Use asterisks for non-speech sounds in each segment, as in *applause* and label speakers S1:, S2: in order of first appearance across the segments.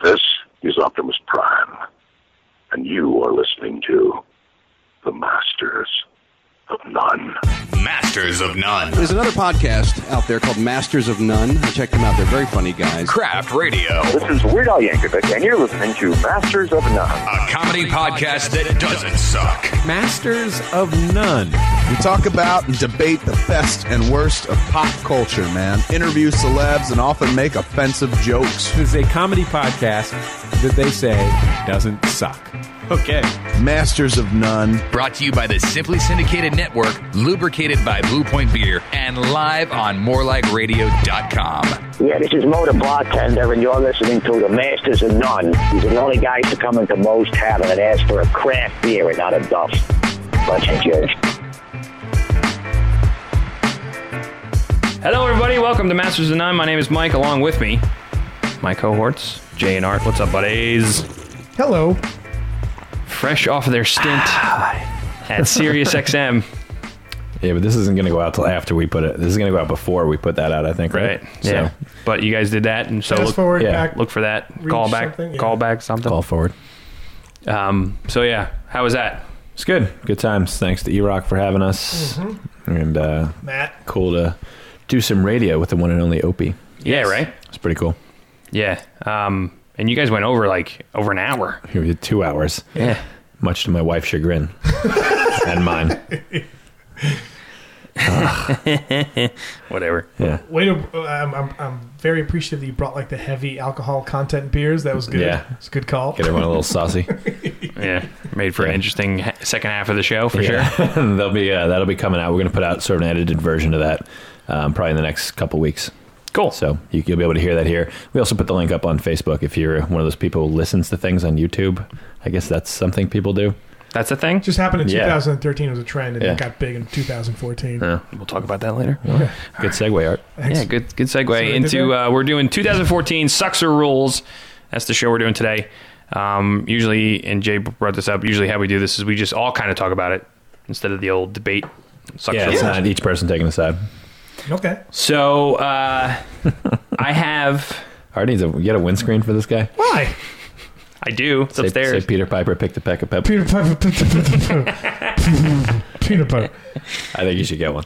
S1: This is Optimus Prime, and you are listening to The Masters of None.
S2: Masters of None.
S3: There's another podcast out there called Masters of None. Check them out. They're very funny guys.
S2: Craft Radio,
S4: This is Weird Al Yankovic, and you're listening to Masters of None.
S2: a comedy podcast that doesn't suck.
S5: Masters of None.
S6: We talk about and debate the best and worst of pop culture, man. Interview celebs and often make offensive jokes.
S5: This is a comedy podcast that they say doesn't suck. Okay.
S6: Masters of none.
S2: Brought to you by the Simply Syndicated Network, lubricated by Blue Point Beer, and live on morelikeradio.com.
S7: Yeah, this is Mo the bartender, and you're listening to the Masters of None. He's the only guy to come into Mo's Tavern and ask for a craft beer and not a duff. Bunch of jerks.
S8: Hello, everybody. Welcome to Masters of None. My name is Mike. Along with me, my cohorts, Jay and Art. What's up, buddies?
S9: Hello.
S8: Fresh off of their *sighs* stint at *laughs* SiriusXM,
S10: Yeah, but this isn't going to go out till after we put it. This is going to go out before we put that out, I think, right?
S8: right? Yeah. But you guys did that, and so
S9: Fast
S8: look,
S9: forward
S10: yeah.
S9: back.
S8: look for that
S9: Reach
S8: call back,
S9: something, yeah.
S8: call back something.
S10: Call forward.
S8: Um. So yeah, how was that?
S10: It's good. Good times. Thanks to E Rock for having us.
S8: Mm-hmm.
S10: And uh,
S9: Matt.
S10: cool to do some radio with the one and only Opie.
S8: Yeah. Right.
S10: It's pretty cool.
S8: Yeah. Um. And you guys went over like over an hour.
S10: Here we did two hours,
S8: Yeah.
S10: much to my wife's
S8: *laughs*
S10: chagrin and mine.
S8: Whatever.
S10: Yeah.
S9: Way to, I'm, I'm, I'm very appreciative that you brought like the heavy alcohol content beers. That was good.
S10: Yeah.
S9: It's a good call.
S10: Get everyone a little saucy.
S8: Yeah. Made for an
S10: Yeah.
S8: interesting ha- second half of the show for sure.
S10: Yeah. *laughs* They'll be, uh, that'll be coming out. We're going to put out sort of an edited version of that um, probably in the next couple weeks.
S8: Cool.
S10: So you, you'll be able to hear that here. We also put the link up on Facebook if you're one of those people who listens to things on YouTube. I guess that's something people do.
S8: That's a thing.
S9: Just happened in
S10: Yeah.
S9: 2013 It was a trend, and
S10: Yeah.
S9: it got big in 2014.
S8: We'll talk about that later.
S10: Good segue, Art.
S8: Yeah, good good segue
S9: did
S8: into
S9: there.
S8: uh, we're doing 2014 sucks or rules. That's the show we're doing today. Um, usually, and Jay brought this up. Usually, how we do this is we just all kind of talk about it instead of the old debate. Sucks
S10: Yeah,
S8: or
S10: it's
S8: rules.
S10: not each person taking a side.
S9: Okay.
S8: So uh, I have,
S10: Art needs a you got a windscreen for this guy.
S9: Why?
S8: I do. It's
S10: Say,
S8: upstairs.
S10: say Peter Piper picked a peck of pep.
S9: Peanut butter. Peanut butter.
S10: I think you should get one.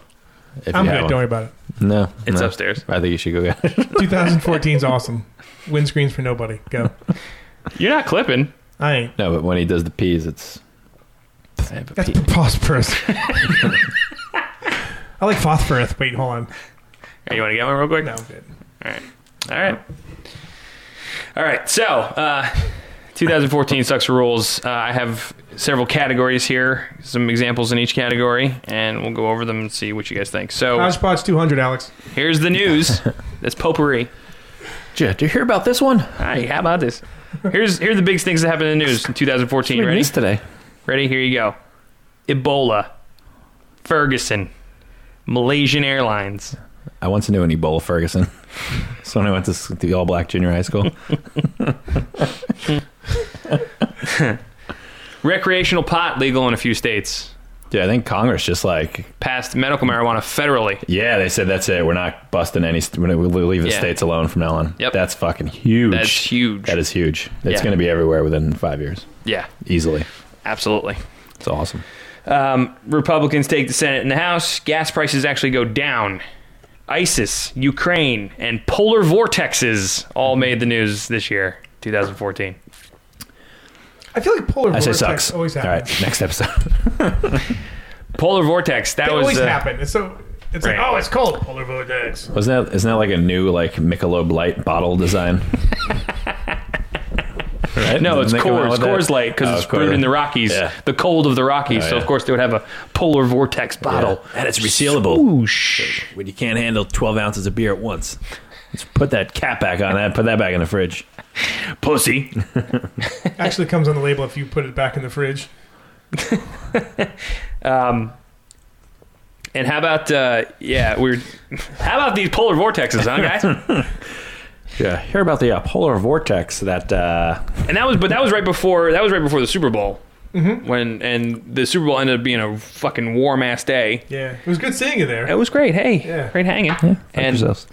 S10: If
S9: I'm
S10: you
S9: good.
S10: have
S9: Don't worry
S10: one.
S9: about it.
S10: No,
S8: It's
S10: no.
S8: upstairs.
S10: I think you should go get *laughs* it.
S9: 2014 is awesome. Windscreens for nobody. Go.
S8: You're not clipping.
S9: I ain't.
S10: No, but when he does the peas, it's
S8: I have a
S9: That's
S8: pe-
S9: preposterous. *laughs* I like phosphorus. Wait, hold on.
S8: Hey, you want to get one real quick?
S9: No, I'm good.
S8: All right. All right. So, uh, 2014 sucks for rules. Uh, I have several categories here, some examples in each category, and we'll go over them and see what you guys think. So,
S9: Hodgepodge 200, Alex.
S8: here's the news. *laughs* That's potpourri.
S10: Did you hear about this one?
S8: Hi, how about this? Here's here are the big things that happened in the news in 2014. Ready?
S10: today.
S8: Ready? Here you go. Ebola, Ferguson, Malaysian Airlines.
S10: I once knew an Ebola
S8: *laughs*
S10: Ferguson. so when I went to s- the all black junior high school.
S8: Recreational pot legal in a few states.
S10: yeah, I think Congress just like
S8: Passed medical marijuana federally.
S10: Yeah, they said that's it. We're not busting any. St- we're gonna- we'll leave the
S8: Yeah.
S10: states alone from now on.
S8: Yep.
S10: That's fucking huge.
S8: That's huge.
S10: That is huge. It's
S8: Yeah.
S10: going to be everywhere within five years,
S8: Yeah,
S10: easily.
S8: absolutely.
S10: It's awesome.
S8: Um, Republicans take the Senate and the House. Gas prices actually go down. ISIS, Ukraine, and polar vortexes all made the news this year, 2014.
S9: I feel like polar
S10: I say
S9: vortex
S10: sucks.
S9: always
S10: All
S9: happens.
S10: right, next episode. *laughs*
S8: Polar vortex. That
S9: They
S8: was
S9: always
S8: uh,
S9: happen. It's so it's
S8: Right.
S9: like oh, it's cold. Polar vortex.
S10: Wasn't that? Isn't that like a new like Michelob Light bottle design?
S8: *laughs*
S10: right?
S8: No, oh, it's Coors. Coors Light
S10: Oh,
S8: because it's brewed in the Rockies,
S10: Yeah.
S8: the cold of the Rockies.
S10: Oh,
S8: So
S10: yeah.
S8: of course they would have a polar vortex bottle.
S10: Uh, and it's resealable. When you can't handle twelve ounces of beer at once, let's put that cap back on that. Put that back in the fridge.
S8: Pussy.
S9: Actually, comes on the label if you put it back in the fridge.
S8: And how about uh, yeah? We're *laughs* how about these polar vortexes, huh,
S10: *laughs*
S8: guys?
S10: Yeah, hear about the uh, polar vortex that uh, *laughs*
S8: and that was but that was right before that was right before the Super Bowl.
S9: Mm-hmm.
S8: When and the Super Bowl ended up being a fucking warm ass day.
S9: Yeah, it was good seeing you
S8: It
S9: there.
S8: was great. Hey,
S9: Yeah.
S8: great hanging. and
S10: yourselves.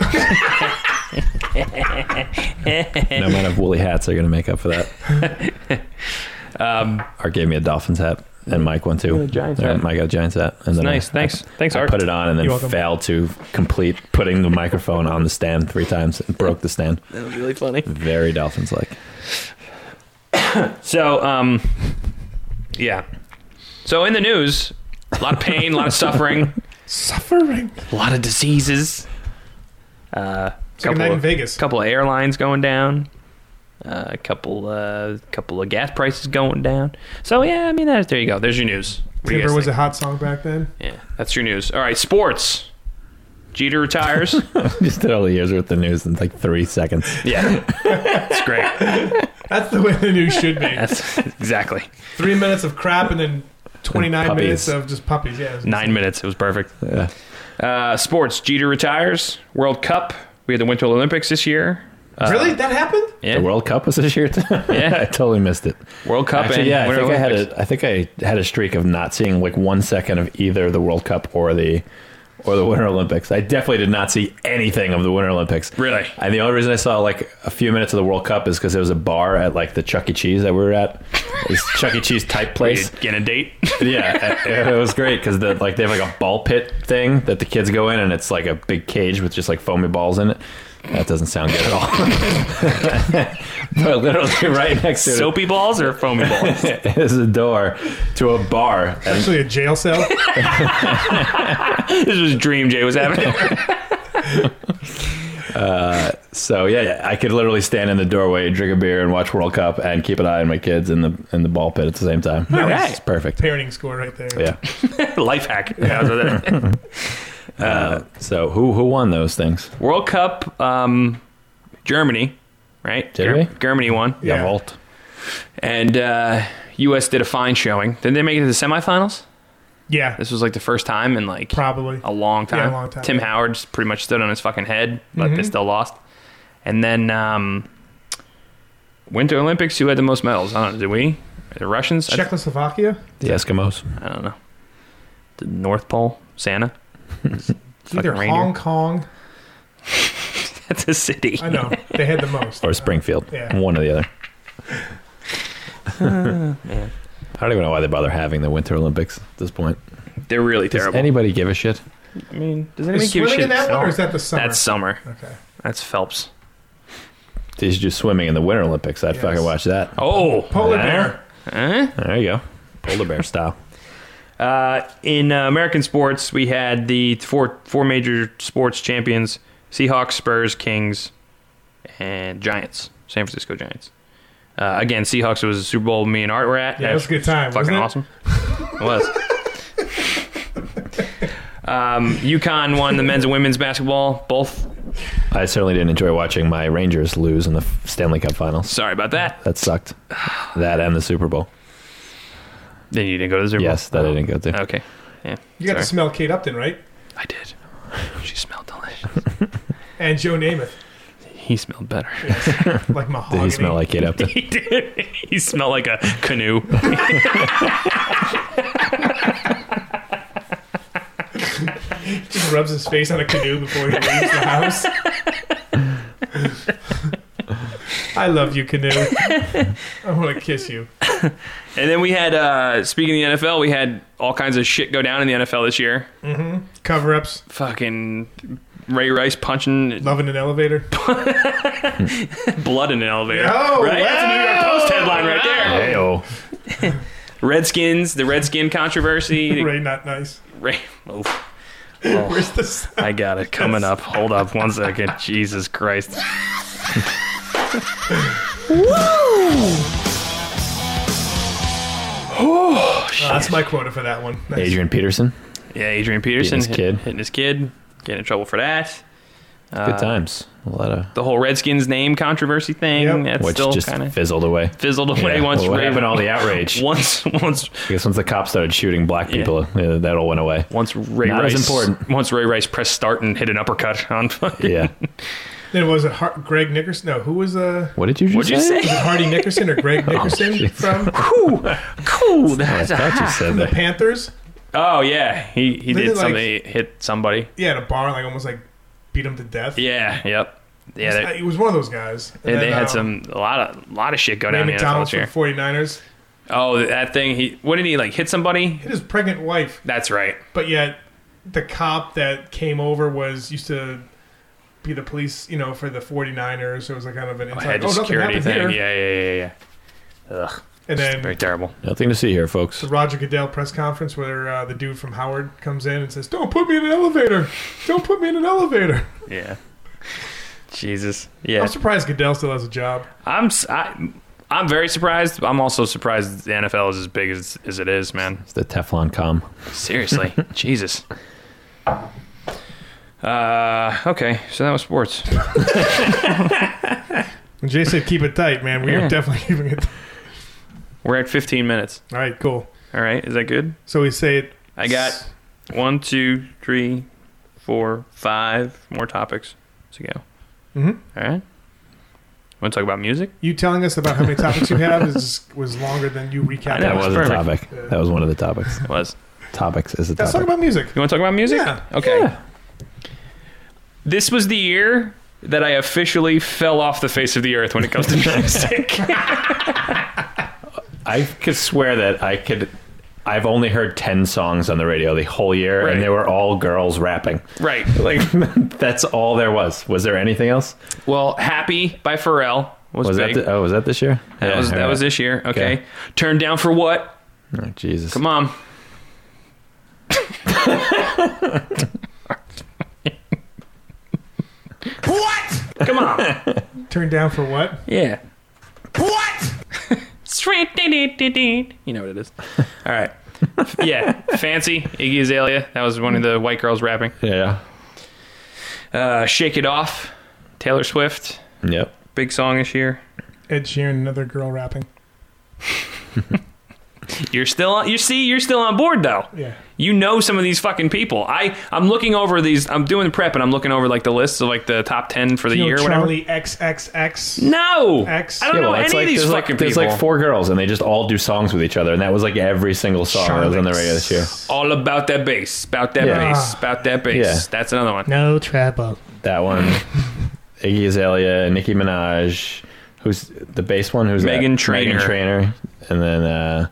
S10: No amount of woolly hats are going to make up for that. *laughs* um, Art gave me a Dolphins hat, and Mike one too.
S8: a Giants
S10: Yeah,
S8: hat.
S10: Mike got a Giants hat. And then
S8: nice.
S10: I,
S8: Thanks.
S10: I-
S8: Thanks,
S10: I
S8: Art.
S10: put it on and
S9: You're
S10: then
S9: welcome.
S10: failed to complete putting the microphone on the stand three times and broke the stand.
S8: That was really funny.
S10: Very Dolphins like.
S8: So, um, yeah. So in the news, a lot of pain, a lot of suffering,
S9: Suffering.
S8: a lot of diseases. Uh,
S9: like a night in
S8: of,
S9: Vegas.
S8: Couple of airlines going down. Uh, a couple, uh, couple of gas prices going down. So yeah, I mean, that's, there you go. There's your news. What do you
S9: Timber
S8: guys
S9: was a
S8: think?
S9: hot song back then.
S8: yeah, that's your news. All right, sports. Jeter retires.
S10: *laughs* Just did all the years with the news in like three seconds.
S8: *laughs* yeah, it's great.
S9: That's the way the news should be.
S8: That's exactly
S9: Three minutes of crap and then 29
S10: Puppies.
S9: minutes of just puppies. Yeah. it was-
S8: nine minutes. It was perfect.
S10: Yeah.
S8: Uh, sports. Jeter retires. World Cup. We had the Winter Olympics this year. Uh,
S9: really? That happened?
S8: Yeah.
S10: The World Cup was this year. *laughs* too? I totally missed it.
S8: World Cup and
S10: Actually, yeah, I
S8: Winter
S10: think I had
S8: Olympics.
S10: a I think I had a streak of not seeing like one second of either the World Cup or the or the Winter Olympics. I definitely did not see anything of the Winter Olympics.
S8: Really?
S10: And the only reason I saw like a few minutes of the World Cup is because there was a bar at like the Chuck E. Cheese that we were at. This Chuck E. Cheese type place.
S8: Get
S10: *laughs*
S8: a date.
S10: yeah, it, it was great because the, like they have like a ball pit thing that the kids go in, and it's like a big cage with just like foamy balls in it. That doesn't sound good at all. *laughs* but literally right next to it
S8: Soapy balls or foamy
S10: *laughs*
S8: balls?
S10: is a door to a bar. And
S9: Actually, a jail cell. *laughs*
S8: this was a dream Jay
S10: *laughs*
S8: was having.
S10: so yeah, yeah, I could literally stand in the doorway, drink a beer, and watch World Cup, and keep an eye on my kids in the in the ball pit at the same time. All
S9: right.
S10: it's perfect.
S9: Parenting score right there.
S10: Yeah.
S8: Life hack. Yeah, that's what
S10: *laughs*
S8: that-
S10: So who who won those things?
S8: World Cup, um, Germany, right?
S10: Did we?
S8: Germany won.
S9: Yeah.
S10: The vault.
S8: And uh, U.S. did a fine showing. Did they make it to the semifinals?
S9: Yeah.
S8: This was like the first time in like
S9: Probably.
S8: a long time.
S9: Yeah, Mm-hmm. a long time.
S8: Tim Howard just pretty much stood on his fucking head, but they still lost. And then um, Winter Olympics, who had the most medals? I don't know. Did we? The Russians? I-
S9: Czechoslovakia?
S10: The Eskimos.
S8: I, don't know. The North Pole? Santa? *laughs*
S9: Either
S8: reindeer.
S9: Hong Kong.
S8: That's a city.
S9: I know. They had
S8: *laughs*
S9: the most.
S10: or Springfield.
S9: Yeah.
S10: One or the other. I don't even know why they bother having the Winter Olympics at this point.
S8: They're really
S10: Does
S8: terrible.
S10: anybody give a shit?
S8: I mean, does
S9: Is swimming in that one or is that the summer?
S8: That's summer.
S9: okay.
S8: That's Phelps.
S10: They should do swimming in the Winter Olympics. I'd
S9: Yes.
S10: fucking watch that.
S8: Oh,
S9: Polar
S10: Huh?
S9: bear.
S10: There you go. Polar bear style.
S8: Uh, in uh, American sports, we had the four four major sports champions: Seahawks, Spurs, Kings, and Giants. San Francisco Giants. Uh, again, Seahawks was a Super Bowl me and Art were at.
S9: Yeah, it was a good time,
S8: Fucking
S9: wasn't
S8: awesome.
S9: it?
S8: It was. um, UConn won the men's and women's basketball both.
S10: I certainly didn't enjoy watching my Rangers lose in the Stanley Cup Finals.
S8: Sorry about that.
S10: That sucked. That and the Super Bowl.
S8: Then you didn't go to the Super Bowl.
S10: Yes, that I didn't go to.
S8: Okay. Yeah.
S9: You got
S8: Sorry.
S9: to smell Kate Upton, right?
S8: I did. She smelled delicious.
S9: And Joe Namath.
S8: He smelled better.
S9: Like mahogany.
S10: Did he smell like it up to
S8: *laughs* He did. He smelled like a canoe.
S9: Just rubs his face on a canoe before he leaves the house. I love you, canoe. I want to kiss you.
S8: And then we had, uh, speaking of the NFL, we had all kinds of shit go down in the NFL this year.
S9: Cover ups,
S8: Fucking Ray Rice punching
S9: love in an elevator.
S8: blood in an elevator.
S9: Oh,
S8: right? That's a New York Post headline right there.
S10: Ayo.
S8: Redskins, the Redskin
S9: *laughs*
S8: controversy.
S9: Ray, not nice.
S8: Ray- oh,
S9: Where's the sound?
S8: I got it coming up. Hold up one second. *laughs* Jesus Christ.
S9: That's my quota for that one. Nice.
S10: Adrian Peterson.
S8: Yeah, Adrian Peterson
S10: his
S8: hit-
S10: kid.
S8: hitting his kid, getting in trouble for that.
S10: Good
S8: Uh,
S10: times. A lot of
S8: The whole Redskins name controversy thing.
S9: Yep.
S8: That's
S10: which
S8: still
S10: just
S8: kind of
S10: fizzled away.
S8: fizzled away
S10: Yeah.
S8: once
S10: Well, what
S8: Ray-
S10: happened to all the outrage?
S8: *laughs* once once
S10: Because once the cops started shooting black people, uh, that all went *laughs* away.
S8: once Ray
S10: Not
S8: Rice
S10: as important.
S8: once Ray Rice pressed start and hit an uppercut on fucking
S10: Yeah.
S9: Then was it Har- Greg Nickerson? No, who was uh,
S10: What did you just
S8: *laughs* What'd you
S10: say?
S8: say?
S9: *laughs* Hardy Nickerson or Greg Nickerson
S10: jeez.
S9: from
S8: Cool. That's
S10: Oh, I
S8: a
S10: thought you
S8: hot.
S10: said *laughs*
S9: the
S10: that.
S9: Panthers?
S8: Oh yeah, he he
S9: Then
S8: did
S9: they, like-
S8: something. he hit somebody.
S9: Yeah, at a bar, like almost like beat him to death.
S8: Yeah. Yep. Yeah, they-
S9: It was one of those guys. And
S8: they,
S9: then,
S8: they had some
S9: um,
S8: a lot of a lot of shit go
S9: Ray
S8: down in the NFL
S9: McDonald
S8: this
S9: from
S8: year.
S9: 49ers.
S8: Oh, that thing. He what did he like hit somebody?
S9: Hit his pregnant wife,
S8: That's right.
S9: but yet the cop that came over was used to be the police, you know, for the 49ers. So it was like kind of an
S8: I
S9: inside,
S8: had
S9: oh,
S8: a
S9: nothing
S8: security
S9: happened
S8: thing.
S9: here.
S8: Yeah, yeah, yeah, yeah. Ugh,
S9: And
S8: very
S9: then
S8: terrible.
S10: Nothing to see here, folks.
S9: the Roger Goodell press conference where uh, the dude from Howard comes in and says, "Don't put me in an elevator! Don't put me in an elevator!"
S8: Yeah. *laughs* Jesus. Yeah.
S9: I'm surprised Goodell still has a job.
S8: I'm s- I, I'm very surprised. I'm also surprised the NFL is as big as, as it is, man.
S10: It's the Teflon com.
S8: Seriously, Jesus. Uh, okay, so that was sports.
S9: When Jay said, "Keep it tight, man," we
S8: Yeah.
S9: are definitely *laughs* keeping it.
S8: We're at 15 minutes.
S9: All right, cool.
S8: All right, is that good?
S9: So we say it.
S8: I got one, two, three, four, five more topics to go.
S9: Mhm.
S8: All right. Want to talk about music?
S9: You telling us about how many topics you have is, was longer than you recapping.
S10: That
S8: Yeah,
S10: was a
S8: perfect.
S10: topic. That was one of the topics.
S8: It was.
S10: Topics is a
S9: Let's talk
S10: topic.
S9: about music.
S8: You want to talk about music?
S9: Yeah.
S8: Okay. This was the year that I officially fell off the face of the earth when it comes to music.
S10: I could swear that I could. I've only heard ten songs on the radio the whole year,
S8: Right.
S10: and they were all girls rapping.
S8: right.
S10: *laughs* Like that's all there was. Was there anything else?
S8: Well, Happy by Pharrell was,
S10: Was
S8: big.
S10: that? The, oh, was that this year?
S8: that was that was this year. Okay. Turned down for what?
S10: Oh, Jesus.
S8: Come on.
S6: What?
S8: Come on.
S9: Turn down for what?
S8: yeah. *laughs*
S6: What?
S8: You know what it is. *laughs* All right. Yeah. Fancy Iggy Azalea. That was one of the white girls rapping.
S10: Yeah.
S8: Uh, Shake It Off. Taylor Swift.
S10: Yep.
S8: Big song this year.
S9: Ed Sheeran, another girl rapping.
S8: You're still on, you see you're still on board though.
S9: Yeah.
S8: You know some of these fucking people. I I'm looking over these. I'm doing the prep and I'm looking over like the lists of like the top ten for the
S9: You
S8: year.
S9: know,
S8: or whatever.
S9: Charlie XXX.
S8: No,
S9: X.
S8: I don't
S10: Yeah,
S8: know
S10: well, it's
S8: any
S10: like
S8: of these
S10: there's,
S8: fucking
S10: like there's
S8: people.
S10: like four girls, and they just all do songs with each other, and that was like every single song Oh, that was on the radio this year.
S8: All about that bass, about that
S10: Yeah.
S8: bass, about that bass.
S10: Yeah.
S8: That's another one.
S9: No trouble.
S10: That
S8: *laughs*
S10: one, Iggy Azalea, Nicki Minaj, who's the bass one? Who's
S8: Megan
S10: that? Megan
S8: Trainor.
S10: Trainor, and then uh,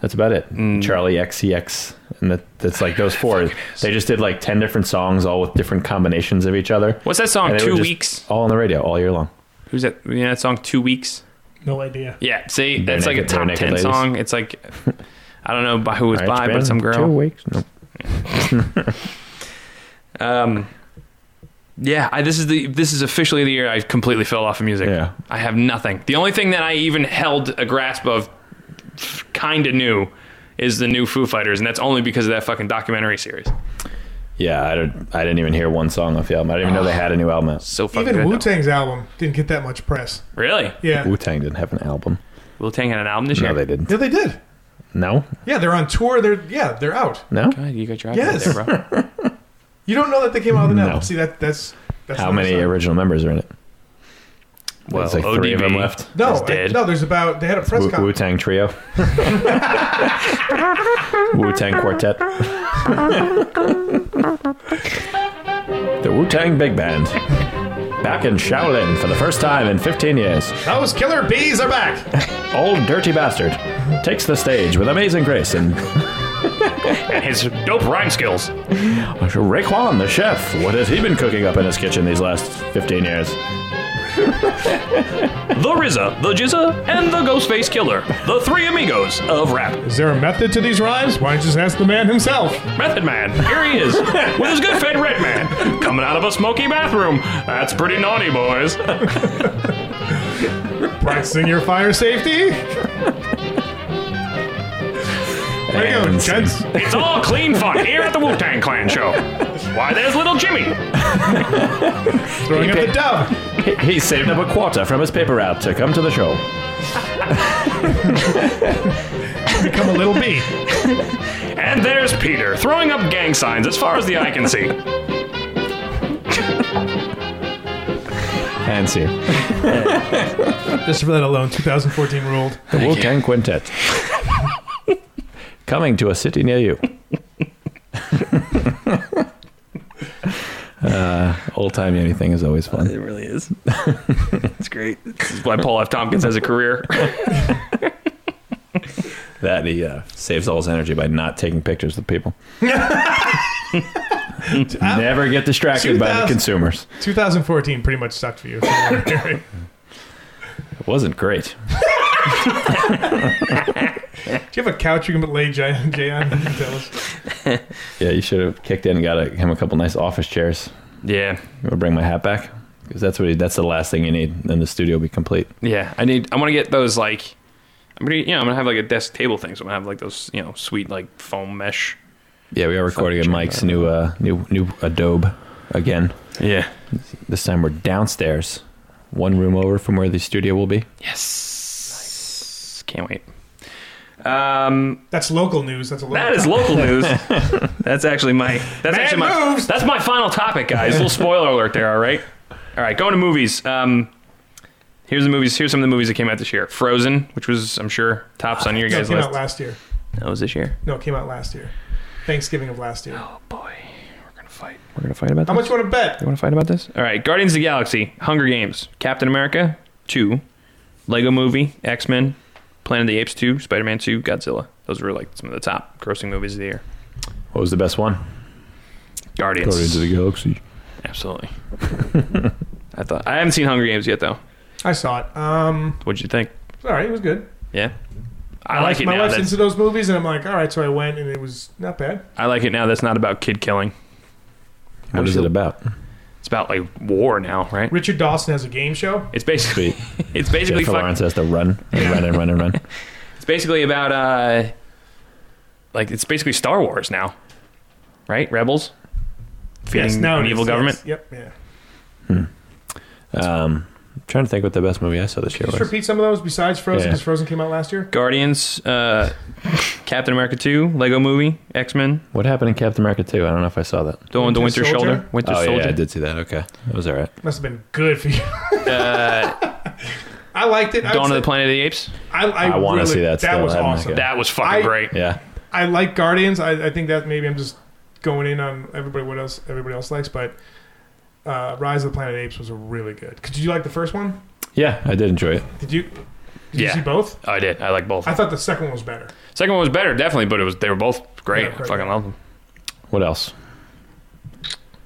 S10: that's about it.
S8: Mm.
S10: Charlie XCX, and that, that's like those four. They just did like ten different songs, all with different combinations of each other.
S8: What's that song?
S10: And they were
S8: Two
S10: just
S8: weeks.
S10: all on the radio all year long.
S8: Who's that? Yeah, that song. Two weeks.
S9: No idea.
S8: Yeah. See,
S10: Bare
S8: that's like a
S10: naked- bare
S8: top
S10: naked
S8: ten
S10: ladies.
S8: song.
S10: *laughs*
S8: It's like I don't know by who was
S10: All
S8: by,
S10: right,
S8: but
S10: Ben,
S8: some
S10: Two
S8: girl.
S10: weeks. Nope.
S8: Um, yeah. I, this is the this is officially the year I completely fell off of music.
S10: Yeah.
S8: I have nothing. The only thing that I even held a grasp of, kind of knew, is the new Foo Fighters, and that's only because of that fucking documentary series.
S10: Yeah, I don't. I didn't even hear one song off the album. I didn't even know they had a new album out.
S8: So fucking
S9: Even
S8: good,
S9: Wu
S8: though.
S9: Tang's album didn't get that much press.
S8: Really?
S9: Yeah.
S10: Wu Tang didn't have an album.
S8: Wu Tang had an album this year.
S10: No, they didn't.
S9: Yeah, they did.
S10: No,
S9: Yeah, they're on tour. They're yeah, they're out.
S10: no.
S8: God, Oh, you got your eyes
S9: Yes.
S8: right there, bro.
S9: *laughs* You don't know that they came out with an
S10: No.
S9: album. See that that's that's
S10: How
S9: another
S10: many
S9: sign.
S10: original members are in it?
S8: Well,
S10: There's like three of
S8: ODB.
S10: them left.
S9: No,
S8: It's
S9: I-
S8: dead.
S9: no. There's about they had a press
S10: Wu
S9: conference.
S10: Tang Trio. Wu Tang Quartet. the Wu Tang Big Band. Back in Shaolin for the first time in 15 years.
S9: Those killer bees are back.
S10: Old Dirty Bastard takes the stage with amazing grace and
S8: And his dope rhyme skills.
S10: Raekwon, the chef, what has he been cooking up in his kitchen these last 15 years?
S8: The Rizza, the Jizza, and the Ghostface Killer. The three amigos of rap.
S9: Is there a method to these rhymes? Why don't you just ask the man himself?
S8: Method Man, here he is, with his good friend Red Man, coming out of a smoky bathroom. That's pretty naughty, boys.
S9: Practicing your fire safety. There you go,
S10: And-
S9: gents.
S8: It's all clean fun here at the Wu Tang Clan show. Why, there's little Jimmy.
S9: Throwing up the dove.
S10: He- He saved up a quarter from his paper route to come to the show.
S9: Become a little bee.
S8: And there's Peter, throwing up gang signs as far as the eye can see.
S10: And see.
S9: Just for that alone, 2014 ruled.
S10: The Wu Tang Quintet. Coming to a city near you. uh, old timey anything is always fun.
S8: It really is. it's great. This is why Paul F. Tompkins has a career.
S10: That he uh, saves all his energy by not taking pictures of people. Never get distracted by the
S9: 2000
S10: consumers.
S9: 2014 pretty much sucked for you. Did
S10: It wasn't great.
S9: you have a couch you can put lay Jay Jay on? You can tell us.
S10: Yeah, you should have kicked in and got a, him a couple nice office chairs.
S8: yeah.
S10: I'm gonna bring my hat back because that's what he, that's the last thing you need. Then the studio will be complete.
S8: Yeah. I need, I want to get those like, I'm going to, you know, I'm going to have like a desk table thing. So I'm going to have like those, you know, sweet like foam mesh.
S10: Yeah, we are recording at Mike's new uh, new new adobe again.
S8: Yeah.
S10: This time we're downstairs, one room over from where the studio will be.
S8: Yes. Can't wait. Um,
S9: That's local news. That's a local
S8: That is *laughs* local news. that's actually my. That's
S9: Bad
S8: actually my.
S9: moves.
S8: That's my final topic, guys. little spoiler alert there. All right. All right. Going to movies. Um, here's the movies. Here's some of the movies that came out this year. Frozen, which was I'm sure tops on your
S9: No, it
S8: guys'
S9: came
S8: list.
S9: out last year.
S8: that was this year.
S9: No, it came out last year. Thanksgiving of last year.
S8: Oh boy, we're gonna fight. We're gonna fight about
S9: How
S8: this.
S9: much you want to bet?
S8: You want to fight about this? All right. Guardians of the Galaxy, Hunger Games, Captain America two, Lego Movie, X Men, Planet of the Apes two, Spider Man two, Godzilla. Those were like some of the top grossing movies of the year.
S10: What was the best one?
S8: Guardians.
S10: Galaxy.
S8: Absolutely. *laughs* I thought I haven't seen Hunger Games yet though.
S9: I saw it. Um,
S8: What'd you think?
S9: all right, it was good.
S8: Yeah, I like it
S9: My
S8: now.
S9: wife's
S8: That's,
S9: into those movies, and I'm like, all right. So I went, and it was not bad.
S8: I like it now. That's not about kid killing.
S10: What is it about?
S8: It's about like war now, right?
S9: Richard Dawson has a game show.
S8: It's basically *laughs* it's basically
S10: Jennifer
S8: fuck,
S10: Lawrence has to run and run and run and run.
S8: it's basically about uh like it's basically Star Wars now, right? Rebels feeding
S9: now
S8: an
S9: it
S8: evil
S9: is,
S8: government.
S9: yes. Yep. Yeah.
S10: Um, I'm trying to think what the best movie I saw this year
S9: Just
S10: was.
S9: repeat some of those besides Frozen,
S10: Yeah.
S9: because Frozen came out last year.
S8: Guardians, uh, Captain America two, Lego Movie, X Men,
S10: What happened in Captain America 2? I don't know if I saw that.
S8: the one, the
S9: Winter
S8: Winter
S9: Soldier?
S8: Shoulder, Winter
S10: oh
S8: Soldier.
S10: yeah, I did see that. Okay, that was all right.
S9: Must have been good for you. *laughs* I liked it. I
S8: Dawn of
S9: would
S8: the
S9: say-
S8: Planet of the Apes.
S9: I, I,
S10: I wanna
S9: really-
S10: see that still.
S9: That was
S10: I haven't-
S9: awesome.
S10: yeah.
S8: That was fucking
S9: I-
S8: great.
S10: Yeah,
S9: I like Guardians. I, I think that maybe I'm just going in on everybody what else everybody else likes, but uh, Rise of the Planet of the Apes was really good. Did you like the first one?
S10: yeah, I did enjoy it.
S9: Did you? Did you
S8: Yeah.
S9: see both?
S8: Oh, I did. I like both.
S9: I thought the second one was better.
S8: Second one was better, definitely, but it was they were both great.
S9: Yeah, great.
S8: Fucking love them.
S10: What else?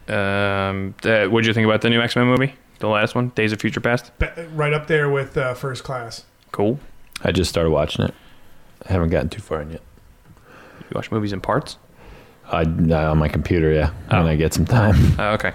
S8: Um, uh, what'd you think about the new X Men movie? The last one, Days of Future Past.
S9: Be- right up there with uh, First Class.
S8: Cool.
S10: I just started watching it. I haven't gotten too far in yet.
S8: You watch movies in parts?
S10: I uh, on my computer, yeah. When I get some time,
S8: Oh, okay.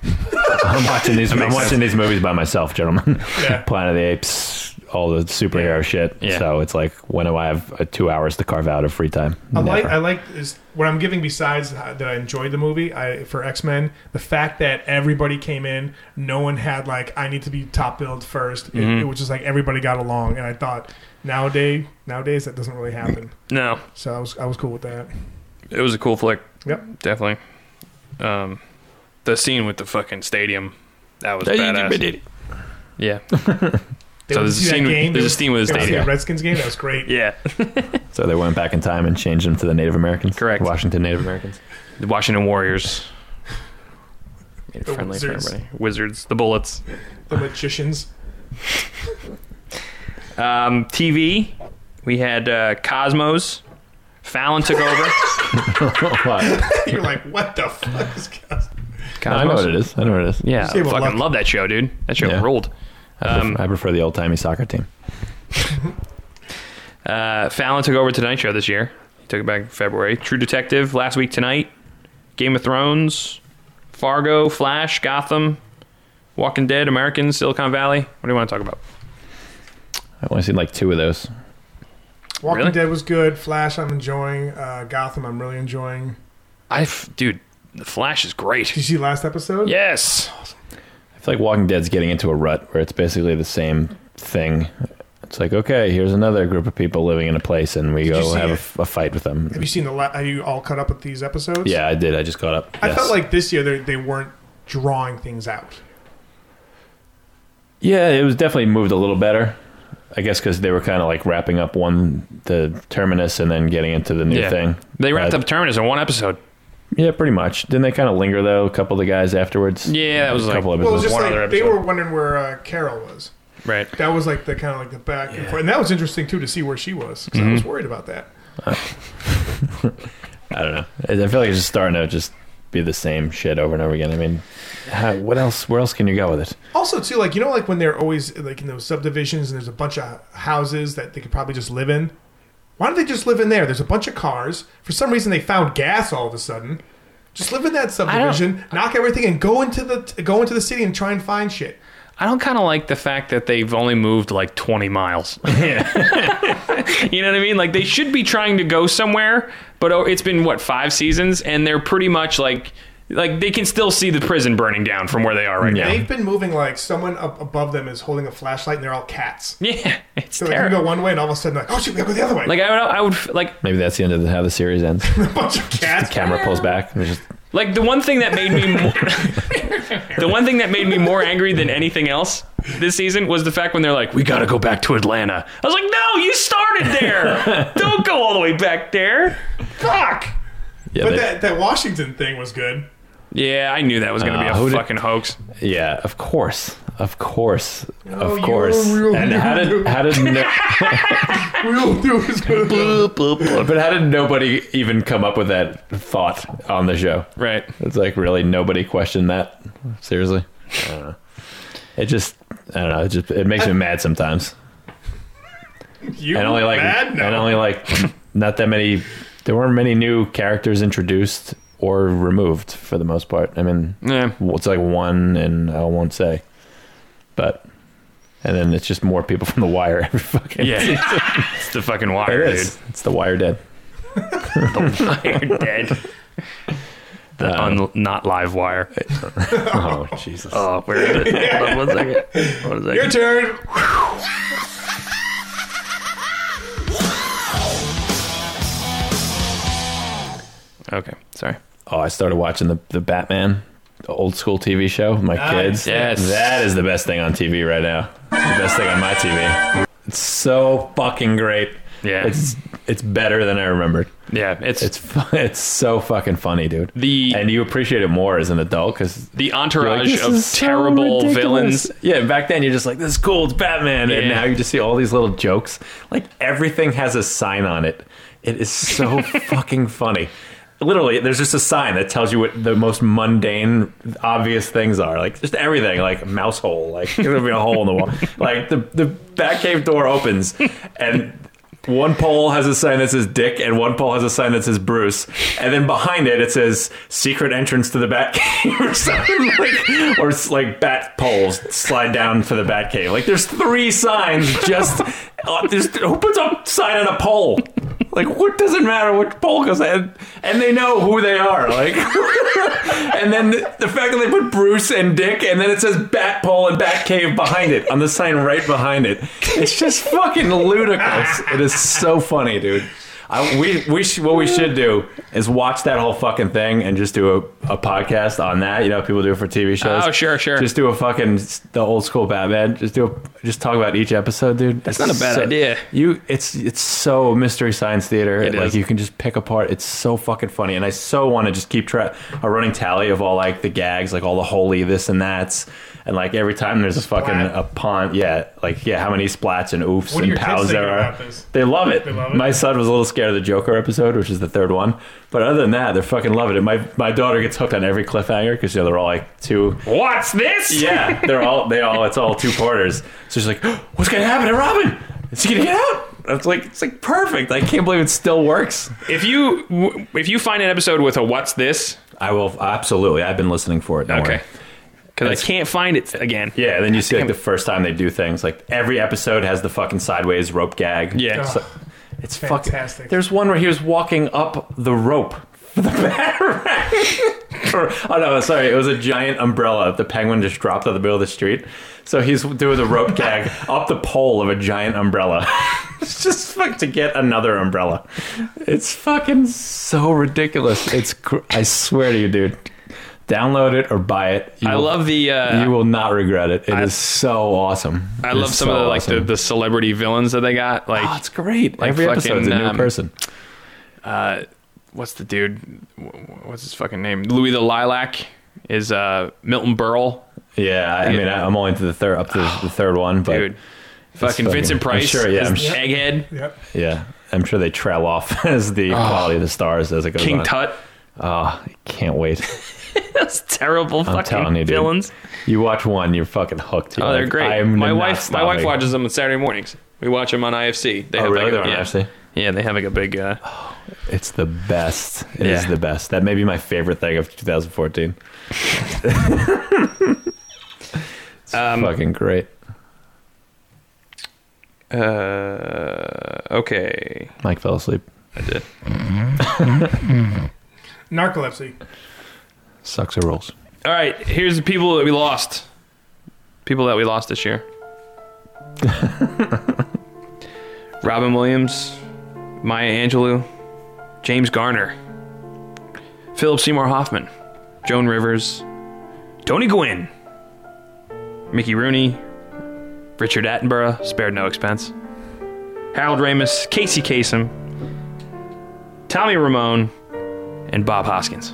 S9: *laughs*
S10: I'm watching these. I'm watching these movies by myself, gentlemen.
S9: Yeah.
S10: *laughs* Planet of the Apes, all the superhero shit.
S8: Yeah.
S10: So it's like, when do I have uh, two hours to carve out of free time?
S9: I
S10: Never.
S9: like I like is what I'm giving besides how- that I enjoyed the movie. I for X Men the fact that everybody came in, no one had like I need to be top billed 1st
S8: Mm-hmm.
S9: It, it was just like everybody got along, and I thought nowadays nowadays that doesn't really happen.
S8: No,
S9: So I was I was cool with that.
S8: it was a cool flick,
S9: Yep.
S8: definitely. Um, the scene with the fucking stadium, that was badass. Yeah.
S9: They
S8: So
S9: went
S8: there's
S9: to
S8: a
S9: see that
S8: scene- there's a scene with his
S9: they went to see
S8: dad.
S9: that Redskins game. That was
S8: *laughs*
S9: great.
S8: yeah.
S10: So they went back in time and changed them to the Native Americans.
S8: Correct.
S10: Washington Native Americans.
S8: The Washington Warriors. Made it
S9: The
S8: friendly
S9: Wizards.
S8: for everybody. Wizards, the Bullets.
S9: The magicians. *laughs*
S8: Um, TV, we had uh, Cosmos. Fallon took *laughs* over.
S9: You're like, what the fuck is Cos-
S10: I know what it is. I know what it is.
S8: Yeah, I
S9: Save a
S8: fucking
S9: lot.
S8: love that show, dude. That show
S10: Yeah.
S8: ruled.
S10: I
S8: Um,
S10: prefer, I prefer the old timey soccer team.
S8: Uh, Fallon took over Tonight Show this year. He took it back in February. True Detective last week tonight. Game of Thrones, Fargo, Flash, Gotham, Walking Dead, Americans, Silicon Valley. What do you want to talk about?
S10: I've only seen like two of those.
S9: Walking
S8: Really?
S9: Dead was good. Flash, I'm enjoying. Uh, Gotham, I'm really enjoying.
S8: I, f- dude, the Flash is
S9: Did you
S8: great.
S9: see last episode?
S8: Yes,
S10: I feel like Walking Dead's getting into a rut where it's basically the same thing. It's like, okay, here's another group of people living in a place, and we
S9: you
S10: go
S9: see
S10: have a
S9: it?
S10: f- a, fight with them.
S9: Have you seen the? La- are you all caught up with these episodes?
S10: Yeah, I did. I just caught up.
S9: I
S10: Yes.
S9: felt like this year they they weren't drawing things out.
S10: yeah, it was definitely moved a little better. I guess because they were kind of like wrapping up one the terminus and then getting into the new
S8: yeah.
S10: thing.
S8: They wrapped
S10: Uh,
S8: up Terminus in one episode.
S10: Yeah, pretty much. Didn't they kind of linger though? A couple of the guys afterwards.
S8: Yeah, that was
S10: a
S8: like-
S10: couple of
S9: Well, it was
S10: episodes.
S9: just
S8: One other
S9: like they
S8: episode.
S9: were wondering where uh, Carol was.
S8: Right.
S9: That was like the kind of like the back and forth, and that was interesting too to see where she was. 'cause I was
S8: Mm-hmm.
S9: worried about that.
S10: I don't know. I I feel like it's just starting to just be the same shit over and over again. I mean, how, what else? Where else can you go with it?
S9: Also, too, like you know, like when they're always like in those subdivisions and there's a bunch of houses that they could probably just live in. Why don't they just live in there? There's a bunch of cars. For some reason, they found gas all of a sudden. Just live in that subdivision, knock everything, and go into the go into the city and try and find shit.
S8: I don't kind of like the fact that they've only moved like 20 miles. *laughs* you know what I mean? Like they should be trying to go somewhere, but oh, it's been what five seasons, and they're pretty much like like they can still see the prison burning down from where they are right now.
S9: They've been moving like someone up above them is holding a flashlight, and they're all cats.
S8: Yeah, it's
S9: So like, you
S8: terrible.
S9: go one way, and all of a sudden, like, oh shit, we gotta go the other way.
S8: Like I would, I would like
S10: Maybe that's the end of the, how the series ends.
S9: a bunch of cats.
S10: Camera pulls back. And it's just
S8: Like the one thing that made me mo- *laughs* the one thing that made me more angry than anything else this season was the fact when they're like, "We got to go back to Atlanta." I was like, "No, you started there. Don't go all the way back there." Fuck.
S10: yeah,
S9: But
S10: they-
S9: that, that Washington thing was good.
S8: Yeah, I knew that was gonna
S10: Uh,
S8: be
S10: who
S8: a
S10: did-
S8: fucking hoax.
S10: yeah. Of course, of course,
S9: Oh,
S10: of
S9: you're
S10: course.
S9: real
S10: And how did
S9: weirdo.
S10: how did
S9: *laughs*
S10: no-
S9: We'll do
S10: *laughs*
S9: is good.
S10: but how did nobody even come up with that thought on the show?
S8: Right.
S10: It's like really nobody questioned that. Seriously, I don't know. It just I don't know. It just it makes me mad sometimes.
S9: You
S10: and only like
S9: mad? No.
S10: and only like *laughs* not that many there weren't many new characters introduced or removed for the most part i mean
S8: Yeah.
S10: well, it's like one and i won't say but and then it's just more people *laughs* from the wire every fucking *laughs*
S8: Yeah. it's the fucking
S10: there
S8: wire,
S10: it
S8: dude.
S10: is it's the wire dead
S8: *laughs* You're dead.
S10: Uh,
S8: The un- not live wire.
S10: oh jesus
S8: Oh, where
S10: *laughs*
S8: is it? Hold on one second. One second.
S9: Your turn.
S8: Okay, sorry.
S10: oh i started watching the, the batman the old school tv show with my kids
S8: Yes.
S10: that is the best thing on tv right now it's the best thing on my tv it's so fucking great
S8: Yeah.
S10: it's it's better than i remembered
S8: Yeah, it's,
S10: It's fu- *laughs* it's so fucking funny, dude.
S8: The-
S10: and you appreciate it more as an adult because
S8: the entourage of terrible villains.
S10: Yeah, back then you're just like, this is cool, it's Batman, and
S8: Yeah.
S10: now you just see all these little jokes. Like everything has a sign on it. It is
S8: *laughs*
S10: so fucking funny. Literally, there's just a sign that tells you what the most mundane, obvious things are. Like just everything, like mouse hole, like there'll be a hole in the
S8: *laughs*
S10: wall. Like the the Batcave door opens, and one pole has a sign that says Dick, and one pole has a sign that says Bruce, and then behind it it says secret entrance to the Bat Cave *laughs* or something like, or s- like bat poles slide down to the Bat Cave. Like there's three signs. Just uh, there's, who puts a sign on a pole? Like what doesn't matter which pole goes and and they know who they are. Like *laughs* and then the fact that they put Bruce and Dick, and then it says Bat Pole and Bat Cave behind it on the sign right behind it. It's just fucking ludicrous. It is so funny, dude. I, we we sh- what we should do is watch that whole fucking thing and just do a, a podcast on that. You know, people do it for TV shows.
S8: Oh, sure, sure.
S10: Just do a fucking s- the old school Batman. Just do a, just talk about each episode, dude. That's
S3: not a bad
S8: idea.
S10: You, it's it's so mystery science theater. like
S8: is.
S10: you can just pick apart. It's so fucking funny, and I so want to just keep track a running tally of all like the gags, like all the holy this and that's, and like every time there's a fucking
S9: Splat.
S10: a pun. Yeah, like yeah, how many splats and oofs
S9: What do
S10: and
S9: your kids
S10: pows
S9: think
S10: there are.
S9: about this?
S10: They love it.
S9: They love it?
S10: My son was a little scared of the Joker episode, which is the third one. But other than that, they're fucking loving it. My my daughter gets hooked on every cliffhanger because you know, they're all like two *laughs*
S8: What's this?
S10: yeah, they're all they all it's all two quarters. So she's like, *gasps* "What's gonna happen to Robin? Is he gonna get out?" It's like it's like perfect. I can't believe it still works.
S8: If you w- if you find an episode with a what's this,
S10: I will absolutely. I've been listening for it. Don't
S8: Okay.
S10: worry.
S8: because I
S10: That's-
S8: can't find it again.
S10: Yeah, and then you see like the first time they do things. Like every episode has the fucking sideways rope gag.
S8: Yeah.
S10: So- it's
S9: Fantastic.
S10: Fucking, there's one where he was walking up the rope *laughs* for the batarang. or, oh no, sorry, it was a giant umbrella. The penguin just dropped out of the middle of the street. So he's doing the rope
S8: *laughs*
S10: gag up the pole of a giant umbrella. *laughs* it's just fuck to get another umbrella. It's fucking so ridiculous. It's cr- I swear to you, dude. Download it or buy it. You
S8: I
S10: will-
S8: love the uh,
S10: you will not regret it. It is so awesome.
S8: I love some of the like the, the
S10: Ah,
S8: celebrity villains that they got. Like
S10: Oh,
S8: um,
S10: it's great.
S8: Every
S10: Every
S8: episode's
S10: episode's a new person.
S8: Uh, what's the dude? wh- wh- What's his fucking name? Louis the Lilac is uh, Milton Berle,
S10: Yeah, I mean, I- I'm only to the third, up to the third one, but
S8: Oh, dude. Fucking
S10: fucking-
S8: Vincent
S10: I'm
S8: Price,
S10: sure, yeah,
S8: is
S10: I'm
S8: the
S10: sure.
S8: egghead,
S9: Yep.
S10: yeah, I'm sure they trail off *laughs* as the quality of the stars as it goes
S8: Oh. King
S10: on.
S8: Tut. *laughs*
S10: Oh, can't wait.
S8: That's terrible fucking
S10: telling you, dude.
S8: villains.
S10: You watch one, you're fucking hooked. You're
S8: Oh, they're
S10: like,
S8: great.
S10: I'm
S8: my
S10: not
S8: wife, my wife
S10: stopping.
S8: watches them on Saturday mornings. We watch them on IFC. They
S10: Oh,
S8: have
S10: really?
S8: Like a,
S10: They're on
S8: yeah.
S10: IFC?
S8: Yeah, they have like a big. Uh,
S10: It's the best. It is
S8: Yeah.
S10: the best. That may be my favorite thing of 2014. It's
S8: Um,
S10: fucking great.
S8: uh, okay,
S10: Mike fell asleep.
S8: I did.
S9: Narcolepsy.
S10: Sucks or rolls.
S8: All right, here's the people that we lost. People that we lost this year. Robin Williams, Maya Angelou, James Garner, Philip Seymour Hoffman, Joan Rivers, Tony Gwynn, Mickey Rooney, Richard Attenborough, spared no expense, Harold Ramis, Casey Kasem, Tommy Ramone, and Bob Hoskins.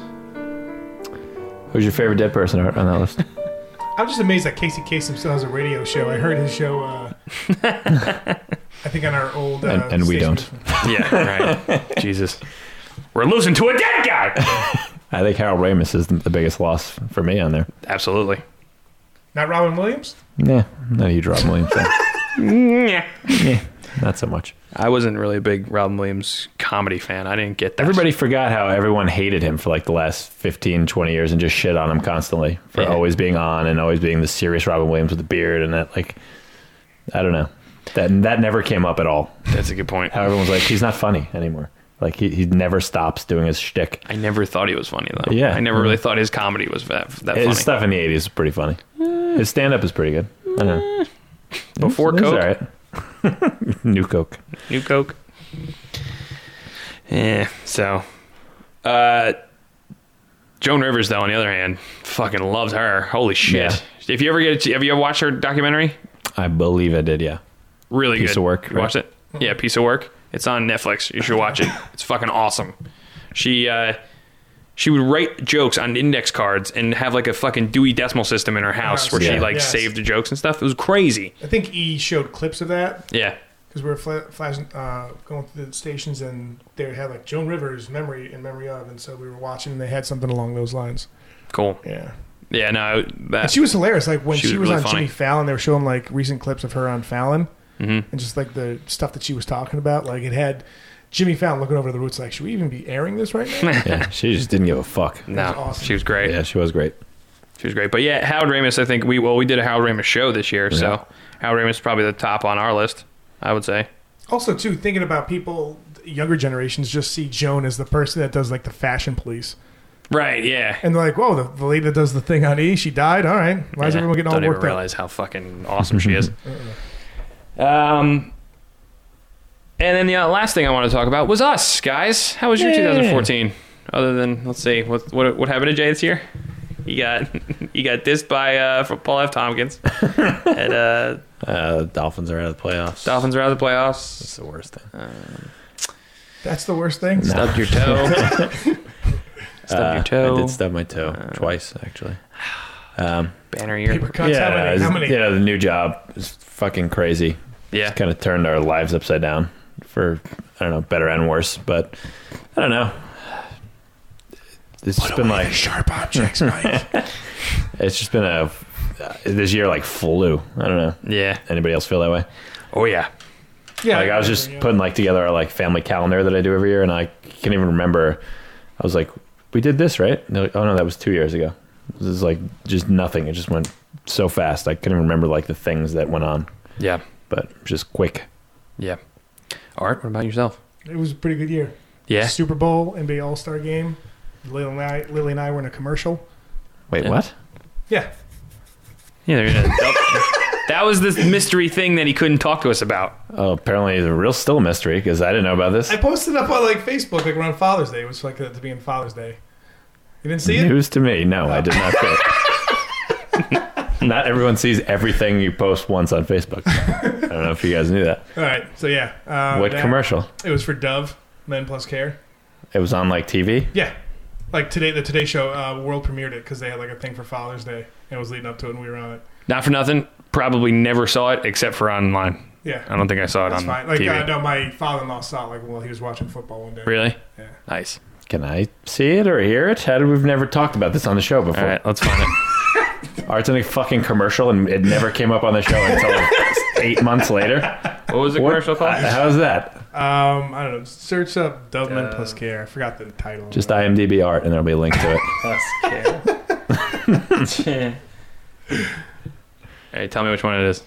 S10: Who's your favorite dead person on on that list?
S8: *laughs*
S9: I'm just amazed that Casey Kasem still has a radio show. I heard his show. Uh, I think on our old. Uh,
S10: And- and we
S9: station.
S8: Yeah, *laughs* right. Jesus. We're losing to a dead guy.
S10: I think Harold Ramis is the- the biggest loss for me on there.
S8: Absolutely.
S9: Not Robin Williams.
S10: Nah, not a huge Robin Williams
S8: *laughs*
S10: fan.
S8: Yeah.
S10: Not so much.
S8: I wasn't really a big Robin Williams comedy fan. I didn't get that.
S10: Everybody forgot how everyone hated him for like the last 15, 20 years and just shit on him constantly for
S8: Yeah.
S10: always being on and always being the serious Robin Williams with the beard and that like I don't know. That that never came up at all.
S8: That's a good point.
S10: How everyone's like, he's not funny anymore. Like he, he never stops doing his shtick.
S8: I never thought he was funny though.
S10: Yeah.
S8: I never really thought his comedy was that, that funny. Eh.
S10: His stuff in the eighties is pretty funny. His stand up is pretty good. I don't know.
S8: Before
S10: It's- it's
S8: Coke,
S10: alright. *laughs* New Coke.
S8: New Coke. Yeah. So, uh, Joan Rivers though, on the other hand, fucking loved her. Holy shit! If you ever get, to, have you ever watched her documentary?
S10: I believe I did, yeah.
S8: really
S10: Piece
S8: good.
S10: of work,
S8: You watched
S10: right?
S8: it? Yeah, piece of work. It's on Netflix. You should watch it. It's fucking awesome. She uh, she would write jokes on index cards and have like a fucking Dewey Decimal System in her house where she
S10: Yeah.
S8: like
S9: Yes.
S8: saved the jokes and stuff. It was crazy.
S9: I think E showed clips of that
S8: Yeah.
S9: because we were fla- flashing, uh, going through the stations, and they had like Joan Rivers' memory in memory of, and so we were watching, and they had something along those lines.
S8: Cool.
S9: Yeah,
S8: Yeah. No. That,
S9: and she was hilarious. Like when
S8: She
S9: she,
S8: was
S9: was,
S8: really
S9: on
S8: funny.
S9: Jimmy Fallon, they were showing like recent clips of her on Fallon,
S8: Mm-hmm.
S9: and just like the stuff that she was talking about. Like it had Jimmy Fallon looking over the roots, like, should we even be airing this right now?
S8: *laughs*
S9: *laughs*
S10: Yeah. she just didn't give a fuck.
S8: no.
S9: was awesome.
S8: She was great.
S10: Yeah, she was great.
S8: She was great. But yeah, Howard Ramus. I think we well we did a Howard Ramus show this year, so Howard Ramus is probably the top on our list. I would say.
S9: also, too, thinking about people, younger generations just see Joan as the person that does like the fashion police.
S8: Right. Yeah.
S9: And they're like, whoa, the, the lady that does the thing on E, she died. All right. Why is
S8: Yeah,
S9: everyone getting all
S8: don't even
S9: worked up?
S8: realize how fucking awesome she
S9: *laughs*
S8: is. um, and then the uh, last thing I want to talk about was us, guys. How was your 2014? Other than let's see, what what what happened to Jay this year? You got *laughs* you got dissed by uh, from Paul F.
S9: *laughs*
S8: Tompkins. and uh,
S10: Uh, Dolphins are out of the playoffs.
S8: Dolphins are out of the playoffs.
S10: It's the worst thing.
S9: Uh, That's the worst thing.
S10: *laughs*
S8: Stubbed your toe.
S9: *laughs*
S8: Stubbed your toe.
S10: Uh, I did stub my toe twice, actually.
S8: Banner year.
S9: Paper cuts. Uh, how many? How many?
S10: yeah. The new job is fucking crazy.
S8: Yeah.
S10: It's kind of turned our lives upside down for I don't know, better and worse. But I don't know. It's just been like *laughs*
S9: Sharp objects, Mike.
S10: it's just been a this year like flew. I don't know.
S8: Yeah.
S10: Anybody else feel that way?
S8: Oh yeah.
S9: yeah.
S10: Like I was just putting like together our like family calendar that I do every year, and I can't even remember. I was like, "We did this, right?" And they're like, "Oh no, that was two years ago." This is like just nothing. It just went so fast. I couldn't even remember like the things that went on,
S8: Yeah.
S10: but just quick.
S8: Yeah. Art, what about yourself?
S9: It was a pretty good year.
S8: Yeah.
S9: Super Bowl, NBA All Star game. Lily and, I, Lily and I were in a commercial.
S10: Wait,
S8: Yeah.
S10: what?
S9: Yeah.
S8: Yeah, they're *laughs* gonna- that, that was this mystery thing that he couldn't talk to us about.
S10: Oh, apparently the real still a mystery because I didn't know about this.
S9: I posted up on like Facebook like around Father's Day. It was like to be in Father's Day. You didn't see it?
S10: News to me? No, I did not. see
S9: *laughs*
S10: it. not everyone sees everything you post once on Facebook. I don't know if you guys knew that.
S9: All right. So yeah. Uh,
S10: What
S9: that-
S10: commercial?
S9: It was for Dove Men Plus Care.
S10: It was on like TV.
S9: Yeah. Like today, the Today Show uh, world premiered it because they had like a thing for Father's Day and it was leading up to it, and we were on it.
S8: Not for nothing. Probably never saw it except for online.
S9: Yeah.
S8: I don't think I saw it
S9: That's
S8: on
S9: fine. Like,
S8: TV.
S9: uh, no, my father-in-law saw it like while he was watching football one day.
S8: Really?
S9: Yeah.
S8: Nice.
S10: Can I see it or hear it? How did we've never talked about this on the show before?
S8: All right, let's find it.
S10: Or it's in a fucking commercial and it never came up on the show until like eight months later.
S8: What was the
S10: What-
S8: commercial called?
S10: uh, How's that?
S9: Um, I don't know. Search up Dove Men Plus Care. I forgot the title.
S10: Just IMDb art and there'll be a link to it.
S8: hey, tell me which one it is.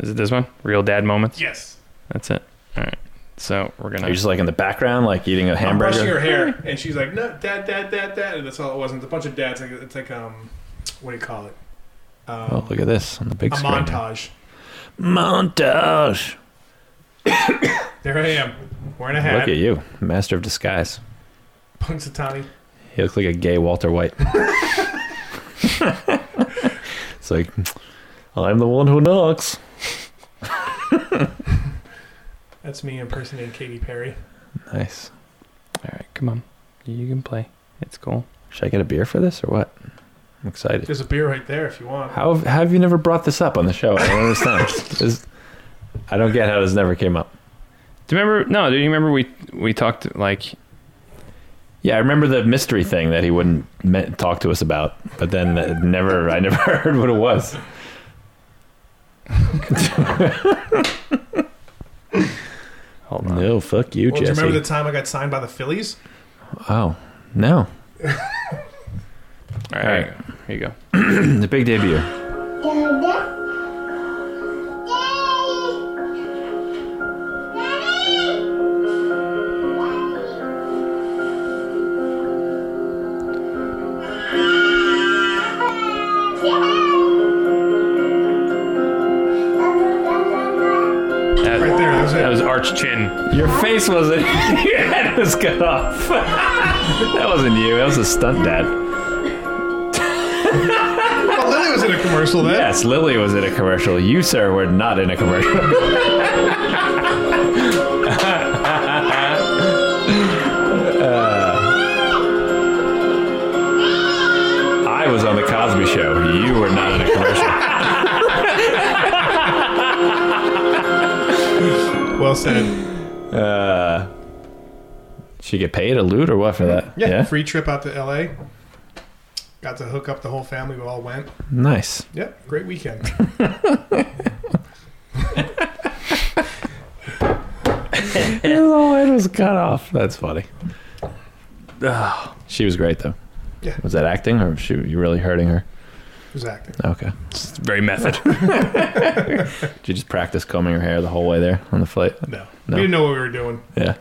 S8: Is it this one? Real dad moments.
S9: yes.
S8: That's it. All right. So we're
S10: Are you
S8: gonna.
S10: just like in the background, like eating a
S9: I'm brushing her
S10: hamburger? *laughs*
S9: hair, and she's like, "No, dad, dad, dad, dad," and that's all it was. And it's a bunch of dads. Like, it's like, um, what do you call it? Um,
S10: Oh, look at this on the big
S9: a
S10: screen.
S9: montage.
S10: Montage.
S9: There I am, wearing a hat.
S10: Look at you, master of disguise.
S9: Punxsutawney.
S10: He looks like a gay Walter White. it's like, I'm the one who knocks.
S9: That's me impersonating Katy Perry.
S10: Nice.
S8: All right, come on. You can play. It's cool.
S10: Should I get a beer for this or what? I'm excited.
S9: There's a beer right there if you want.
S10: How have, how have you never brought this up on the show? I don't understand. *laughs* This- I don't get how this never came up.
S8: Do you remember? No. Do you remember we we talked like?
S10: Yeah, I remember the mystery thing that he wouldn't me- talk to us about, but then it never, I never *laughs* heard what it was.
S8: Hold on.
S10: No, fuck you,
S9: Well, do you
S10: Jesse.
S9: remember the time I got signed by the Phillies?
S10: oh, no.
S8: All right. Here you go.
S10: The big debut.
S8: That,
S9: Right there. That was it.
S8: that was Arch Chin.
S10: Your face wasn't. *laughs* Your head was cut off. *laughs* that wasn't you. That was a stunt dad.
S9: Oh, Lily was in a commercial then.
S10: Yes, Lily was in a commercial. You, sir, were not in a commercial. Uh, I was on the Cosby Show. You were not in a commercial.
S9: Well said.
S10: Uh, she get paid a loot or what for that?
S9: Yeah. Free trip out to L.A. Got to hook up the whole family. We all went.
S10: Nice.
S9: Yep.
S10: *laughs*
S9: Great weekend.
S10: His whole head was cut off. That's funny. She was great though.
S9: Yeah.
S10: Was that acting or was she, you really hurting her?
S9: Who's acting?
S10: Okay.
S8: It's
S10: *laughs*
S8: very method.
S10: Did you just practice combing her hair the whole way there on the flight?
S9: No.
S10: No.
S9: We didn't know what we were doing.
S10: Yeah.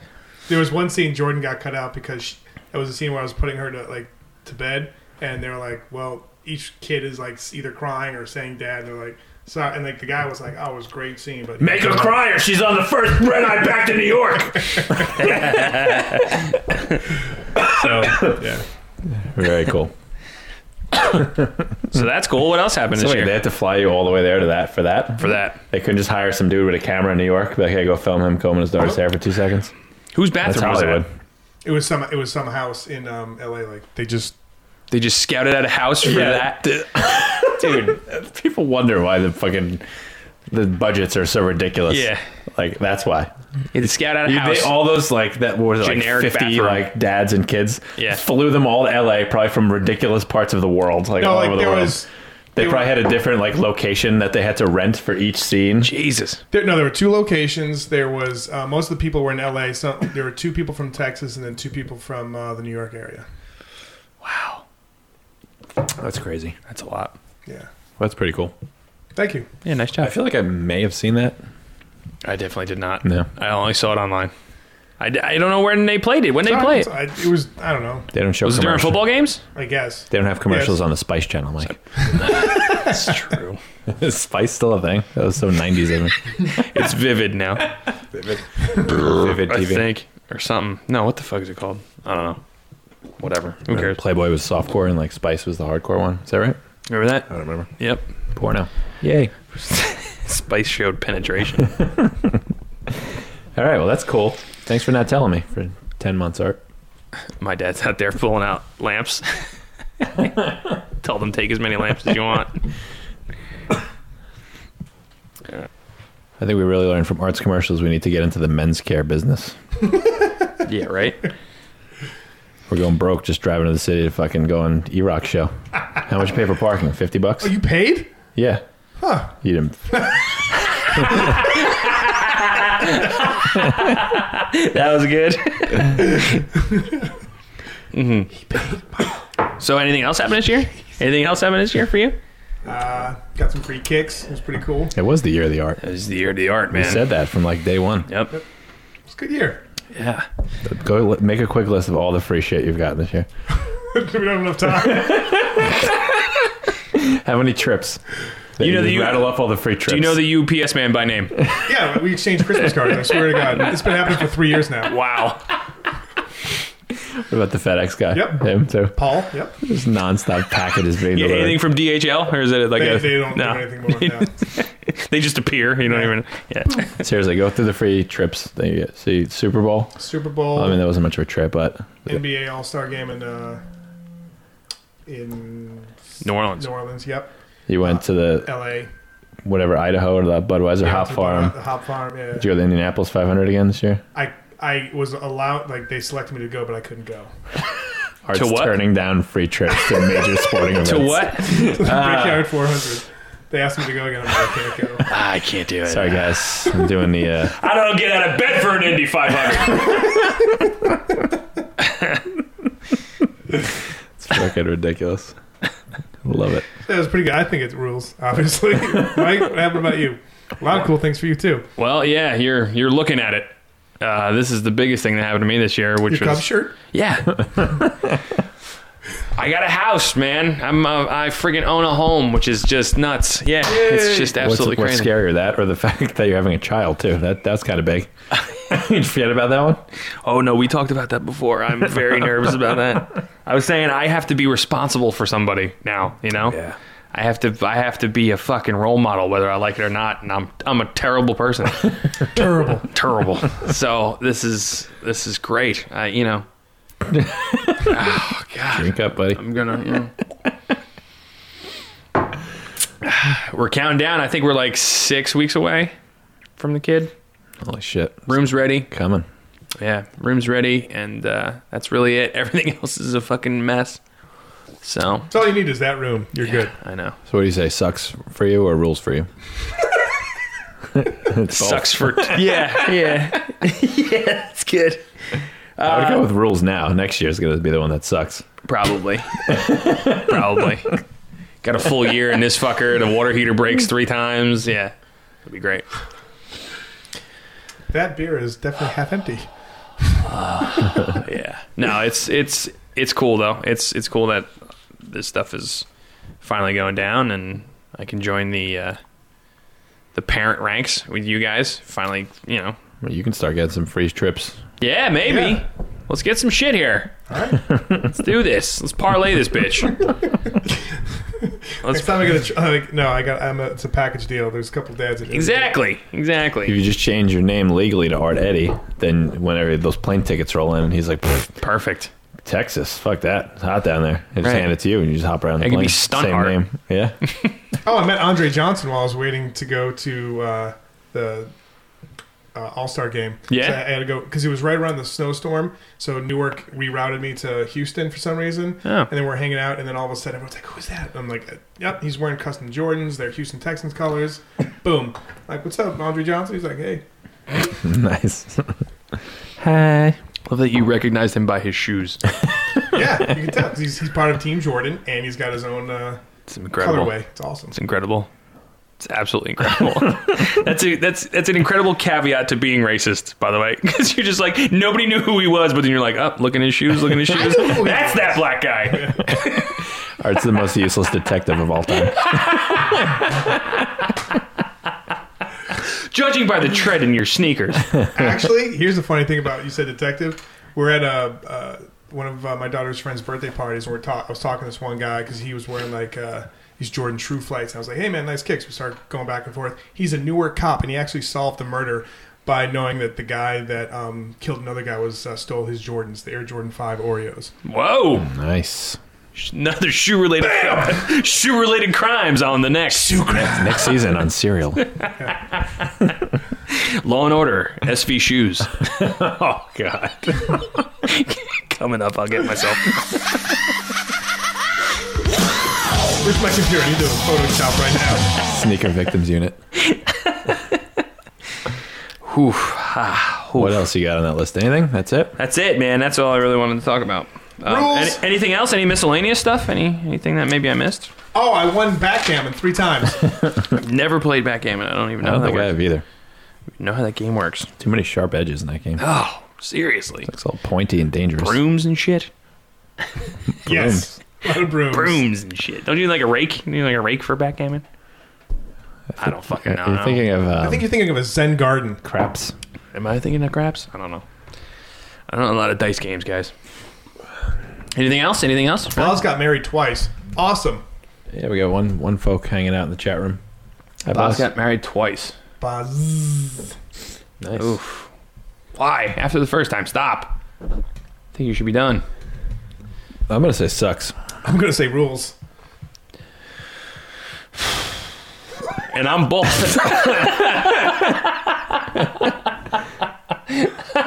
S9: There was one scene Jordan got cut out because she, it was a scene where I was putting her to like to bed, and they were like, "Well, each kid is like either crying or saying dad." And they're like, "Sorry," and like the guy was like, "Oh, it was a great scene, but
S10: Make her cry or she's on the first red eye back to New
S8: *laughs*
S10: York.
S9: yeah,
S10: Very cool.
S8: so that's cool. What else happened
S10: So
S8: this
S10: wait,
S8: year?
S10: they had to fly you all the way there to that for that?
S8: for that,
S10: They couldn't just hire some dude with a camera in New York, be like, hey, go film him combing his daughter's hair for two seconds.
S8: whose
S10: That's
S8: bathroom was
S10: Hollywood.
S8: that?
S9: it was some it was some house in um, L.A. Like they just
S8: They just scouted out a house for that.
S10: *laughs* dude. People wonder why the fucking the budgets are so ridiculous.
S8: Yeah.
S10: like that's why.
S8: They scouted out a
S10: You-
S8: house.
S10: they, all those like that what was it, like
S8: Generic
S10: fifty
S8: bathroom.
S10: like dads and kids.
S8: Yeah.
S10: flew them all to L.A. probably from ridiculous parts of the world, like
S9: no,
S10: all
S9: like
S10: over the
S9: there
S10: world.
S9: was
S10: they
S9: they
S10: probably
S9: were-
S10: had a different like location that they had to rent for each scene.
S8: Jesus.
S9: there, no, there were two locations. There was uh, most of the people were in L.A. So there were two people from Texas and then two people from uh, the New York area.
S10: That's crazy.
S8: That's a lot.
S9: Yeah,
S10: That's pretty cool.
S9: thank you.
S8: Yeah, nice
S10: I
S8: job.
S10: feel like I may have seen that.
S8: I definitely did not.
S10: No.
S8: I only saw it online. I, d- I don't know when they played it. When they play it.
S9: I, it was I don't know.
S10: They don't show.
S8: Was it during
S10: commercial-
S8: football games?
S9: I guess
S10: They don't have commercials
S9: Yes.
S10: on the Spice Channel, Mike.
S8: That's true.
S10: *laughs* Is Spice still a thing? That was so nineties of me.
S8: *laughs* it's vivid now,
S10: Vivid
S8: *laughs* I
S10: TV.
S8: think, or something. No, what the fuck is it called? I don't know. Whatever. Who cares?
S10: Playboy was softcore and like Spice was the hardcore one. Is that right?
S8: Remember that?
S10: don't remember.
S8: Yep. *laughs*
S10: Porno. Yay.
S8: Spice showed *laughs* penetration.
S10: All right. Well, that's cool. Thanks for not telling me for 10 months, Art.
S8: my dad's out there pulling out lamps. *laughs* Tell them take as many lamps as you *laughs* want.
S10: I think we really learned from arts commercials we need to get into the men's care business.
S8: Yeah, right.
S10: We're going broke just driving to the city to fucking go on E Rock show. How much you pay for parking? 50 bucks?
S9: Oh, You paid?
S10: yeah. Huh. You didn't.
S8: That was good. So, anything else happened this year? Anything else happened this year for you?
S9: Uh, got some free kicks. It was pretty cool.
S10: It was the year of the art.
S8: It was the year of the art,
S10: We
S8: man.
S10: said that from like day one.
S8: Yep.
S9: It's a good year.
S8: Yeah.
S10: Go li- make a quick list of all the free shit you've gotten this year.
S9: *laughs* we don't have enough time.
S10: How many trips?
S8: You know
S10: just
S8: that you-
S10: rattle off all the free trips.
S8: Do you know the UPS man by name?
S9: *laughs* yeah, we exchanged Christmas cards. I swear to God, it's been happening for three years now.
S8: *laughs* Wow.
S10: What about the FedEx guy?
S9: Yep.
S10: Him too.
S9: Paul. Yep.
S10: Just nonstop packages being
S8: Yeah,
S10: delivered.
S8: anything from DHL or is it like
S9: They,
S8: a?
S9: they don't
S8: no.
S9: do anything more than that.
S10: *laughs*
S8: They just appear. You don't even. Yeah.
S10: Seriously, go through the free trips. that you get. See Super Bowl.
S9: Super Bowl,
S10: I mean, that wasn't much of a trip, but
S9: NBA All Star Game, in uh, in
S8: New Orleans.
S9: New Orleans. Yep.
S10: you went to the
S9: L.A.
S10: whatever Idaho or the Budweiser Hop
S9: The-
S10: Farm.
S9: The Hop Farm. Yeah.
S10: Did you go to the Indianapolis 500 again this year?
S9: I I was allowed like they selected me to go, but I couldn't go.
S10: Art's
S8: what?
S10: turning down free trips to major sporting events.
S8: *laughs* To what?
S10: Ah.
S9: Brickyard 400. They asked me to go again. I'm like, I
S10: *laughs*
S9: can't go.
S8: I can't do it.
S10: Sorry, guys. I'm doing the. Uh,
S8: *laughs* I don't get out of bed for an Indy 500.
S10: it's fucking ridiculous. Love it.
S9: That was pretty good. I think it rules. Obviously, *laughs* Mike. What happened about you? A lot of cool things for you too.
S8: *laughs* well, yeah, you're you're looking at it. Uh, this is the biggest thing that happened to me this year, which
S9: Your
S8: was
S9: Cubs shirt.
S8: yeah. I got a house, man. I'm uh, I freaking own a home, which is just nuts. Yeah, it's just
S10: What's,
S8: absolutely
S10: what's
S8: crazy.
S10: scarier, that or the *laughs* fact that you're having a child too? That that's kind of big. *laughs* you forget about that one.
S8: Oh no, we talked about that before. I'm very nervous about that. I was saying I have to be responsible for somebody now. You know. Yeah. I have to I have to be a fucking role model whether I like it or not, and I'm I'm a terrible person.
S9: Terrible.
S8: terrible. so this is this is great. I you know. oh god,
S10: Drink up, buddy.
S8: I'm gonna. You know. *sighs* we're counting down. I think we're like six weeks away from the kid.
S10: Holy shit!
S8: Room's ready.
S10: Coming.
S8: Yeah, room's ready, and uh, that's really it. *laughs* Everything else is a fucking mess. So
S9: That's all you need is that room. You're good.
S8: I know
S10: So what do you say? Sucks for you or rules for you? It's both.
S8: sucks for yeah yeah yeah. That's good.
S10: I
S8: Uh,
S10: would go with rules now. Next year's going to be the one that sucks.
S8: *laughs* Probably. Probably. Got a full year in this fucker. The water heater breaks three times. Yeah. It'd be great.
S9: That beer is definitely half empty.
S8: Yeah. No, it's it's it's cool though. It's it's cool that this stuff is finally going down and I can join the uh the parent ranks with you guys. Finally, you know.
S10: Well, You can start getting some free trips.
S8: Yeah, maybe.
S9: Yeah.
S8: Let's get some shit here. All right. *laughs* Let's do this. Let's parlay this
S9: *laughs*
S8: bitch.
S9: Next time
S8: *laughs*
S9: I get a tr- I'm like, no, I got. I'm a, it's a package deal. There's a couple dads. That
S8: Exactly.
S10: If
S8: Exactly.
S10: you just change your name legally to Art Eddie, then whenever those plane tickets roll in, he's like, "Pfft,
S8: Perfect.
S10: Texas, fuck that, it's hot down there. They just
S8: Right.
S10: hand it to you, and you just hop around the
S8: It could
S10: plane.
S8: be stunt
S10: Same
S8: art.
S10: name,
S8: *laughs*
S10: yeah.
S9: Oh, I met Andre Johnson while I was waiting to go to uh, the uh, All Star game.
S8: Yeah.
S9: So I had to go because it was right around the snowstorm. So Newark rerouted me to Houston for some reason.
S8: Oh.
S9: And then we're hanging out, and then all of a sudden everyone's like, "Who's that?" And I'm like, "Yep, he's wearing custom Jordans. They're Houston Texans colors." *laughs* Boom. Like, what's up, Andre Johnson? He's like, "Hey."
S10: nice.
S8: Love that you recognized him by his shoes.
S9: *laughs* Yeah, you can tell 'cause he's, he's part of Team Jordan, and he's got his own uh,
S8: It's incredible.
S9: colorway. It's awesome.
S8: It's incredible. It's absolutely *laughs* incredible. that's a, that's that's an incredible caveat to being racist, by the way, *laughs* because you're just like nobody knew who he was, but then you're like, up, oh, look in his shoes, look in
S9: *laughs*
S8: his shoes.
S9: who he
S8: that's that black
S9: *laughs*
S8: guy.
S10: Art's the most useless detective of all time.
S8: Judging by the tread in your *laughs* sneakers,
S9: Actually, here's the funny thing about you said detective. We're at a uh, one of uh, my daughter's friend's birthday parties, and we're talk- I was talking to this one guy because he was wearing like uh, these Jordan True flights, and I was like, "Hey man, nice kicks." We started going back and forth. He's a Newark cop, and he actually solved the murder by knowing that the guy that um, killed another guy was uh, stole his Jordans, the Air Jordan Five Oreos.
S8: Whoa!
S10: Nice.
S8: Another shoe related *laughs* shoe related crimes on the next shoe
S10: Next, next season on
S8: *laughs*
S10: Serial.
S8: Law and Order SV shoes
S10: oh God.
S8: coming up. I'll get myself.
S9: Where's my computer? I need to Photoshop right now.
S10: Sneaker victims unit.
S8: *laughs* Whew. Ah, whew.
S10: What else you got on that list? Anything? That's it.
S8: That's it, man. That's all I really wanted to talk about. Um,
S9: Rules.
S8: any- anything else? Any miscellaneous stuff? Any anything that maybe I missed?
S9: Oh, I won backgammon three times.
S8: Never played backgammon. I don't even
S10: I
S8: know
S10: don't
S8: how that
S10: think I
S8: works.
S10: have either.
S8: know how that game works.
S10: Too many sharp edges in that game.
S8: Oh, seriously.
S10: It's all pointy and dangerous.
S8: Brooms and shit.
S9: yes, a lot of brooms.
S8: Brooms and shit. Don't you need like a rake? You need like a rake for backgammon? I don't fucking know.
S10: Uh, You're thinking of um,
S9: I think you're thinking of a Zen garden.
S10: craps.
S8: Am I thinking of craps? I don't know. I don't know a lot of dice games, guys. Anything else? Anything else?
S9: Oz got married twice. Awesome.
S10: Yeah, we got one one folk hanging out in the chat room. Hi, boss.
S8: married twice.
S9: Buzz.
S10: Nice.
S8: Oof. Why? After the first time, stop. I think you should be done.
S10: I'm gonna say sucks.
S9: I'm gonna say rules.
S8: And I'm both. *laughs*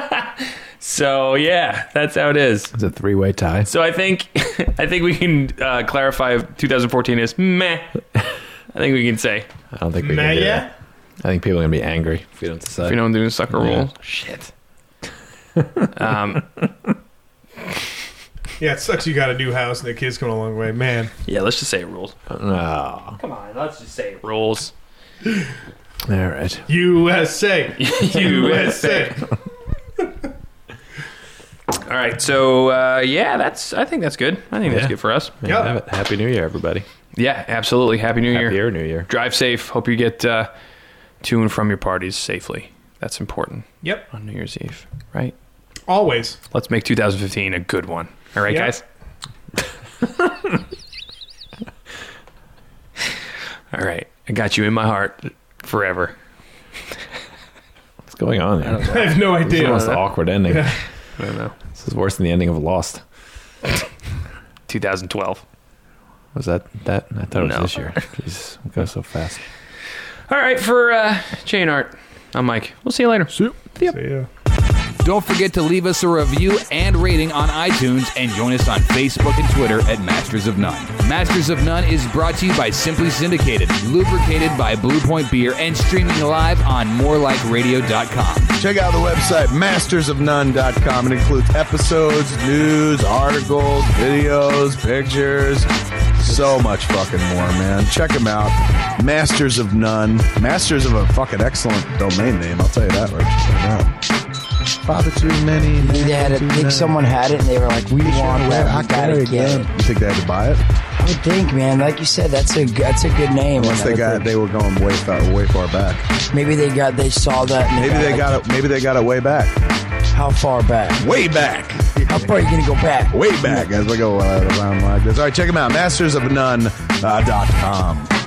S8: so yeah, that's how it is.
S10: It's a three way tie.
S8: So I think *laughs* I think we can uh, clarify. if 2014 is meh. I think we can say
S10: I don't think we can do
S9: Maya.
S10: that. I think people are gonna be angry if we don't decide.
S8: if you don't do a sucker
S10: Yeah.
S8: roll. Shit. um,
S9: Yeah, it sucks. You got a new house and the kids going a long way, man.
S8: yeah, let's just say it rules.
S10: Oh,
S8: Come on, let's just say it rules.
S10: all right. *laughs*
S9: USA,
S8: *laughs*
S9: USA.
S8: All right, so uh, yeah, that's. I think that's good. I think that's
S10: Yeah.
S8: good for us.
S10: There you
S9: Yeah.
S10: have it. Happy New Year, everybody.
S8: Yeah, absolutely. Happy New
S10: Happy
S8: Year.
S10: New Year.
S8: Drive safe. Hope you get uh, to and from your parties safely. That's important
S9: Yep,
S8: on New Year's Eve, right?
S9: always.
S8: Let's make 2015 a good one. All right,
S9: Yeah.
S8: guys. All right, I got you in my heart forever.
S10: What's going on there?
S9: I have no
S10: It's
S9: idea.
S10: almost an awkward ending.
S8: *laughs* I don't know.
S10: This is worse than the ending of Lost.
S8: 2012.
S10: Was that that? I thought it was
S8: No.
S10: this year. Jesus, it goes so fast.
S8: All right, for uh, chain art, I'm Mike. We'll see you later.
S9: See ya.
S2: Don't forget to leave us a review and rating on iTunes and join us on Facebook and Twitter at Masters of None. Masters of None is brought to you by Simply Syndicated, lubricated by Blue Point Beer, and streaming live on morelikeradio.com.
S6: Check out the website mastersofnone.com. It includes episodes, news, articles, videos, pictures, so much fucking more, man. Check them out. Masters of None. Masters of a fucking excellent domain name, I'll tell you that right now. Father too many.
S11: They had it,
S6: too
S11: I think
S6: none.
S11: someone had it and they were like, we want
S6: Well,
S11: that,
S6: I
S11: we gotta
S6: gotta
S11: get
S6: go.
S11: it.
S6: You think they had to buy it?
S11: I would think, man, like you said, that's a that's a good name.
S6: Unless they got, they were going way far, way far back.
S11: maybe they got they saw that. And
S6: Maybe they got it. Maybe they got it way back.
S11: it. How far back?
S6: Way back.
S11: How far are you gonna go back?
S6: way back as we go uh, around like this. All right, check them out, mastersofnone.com. Uh, dot com.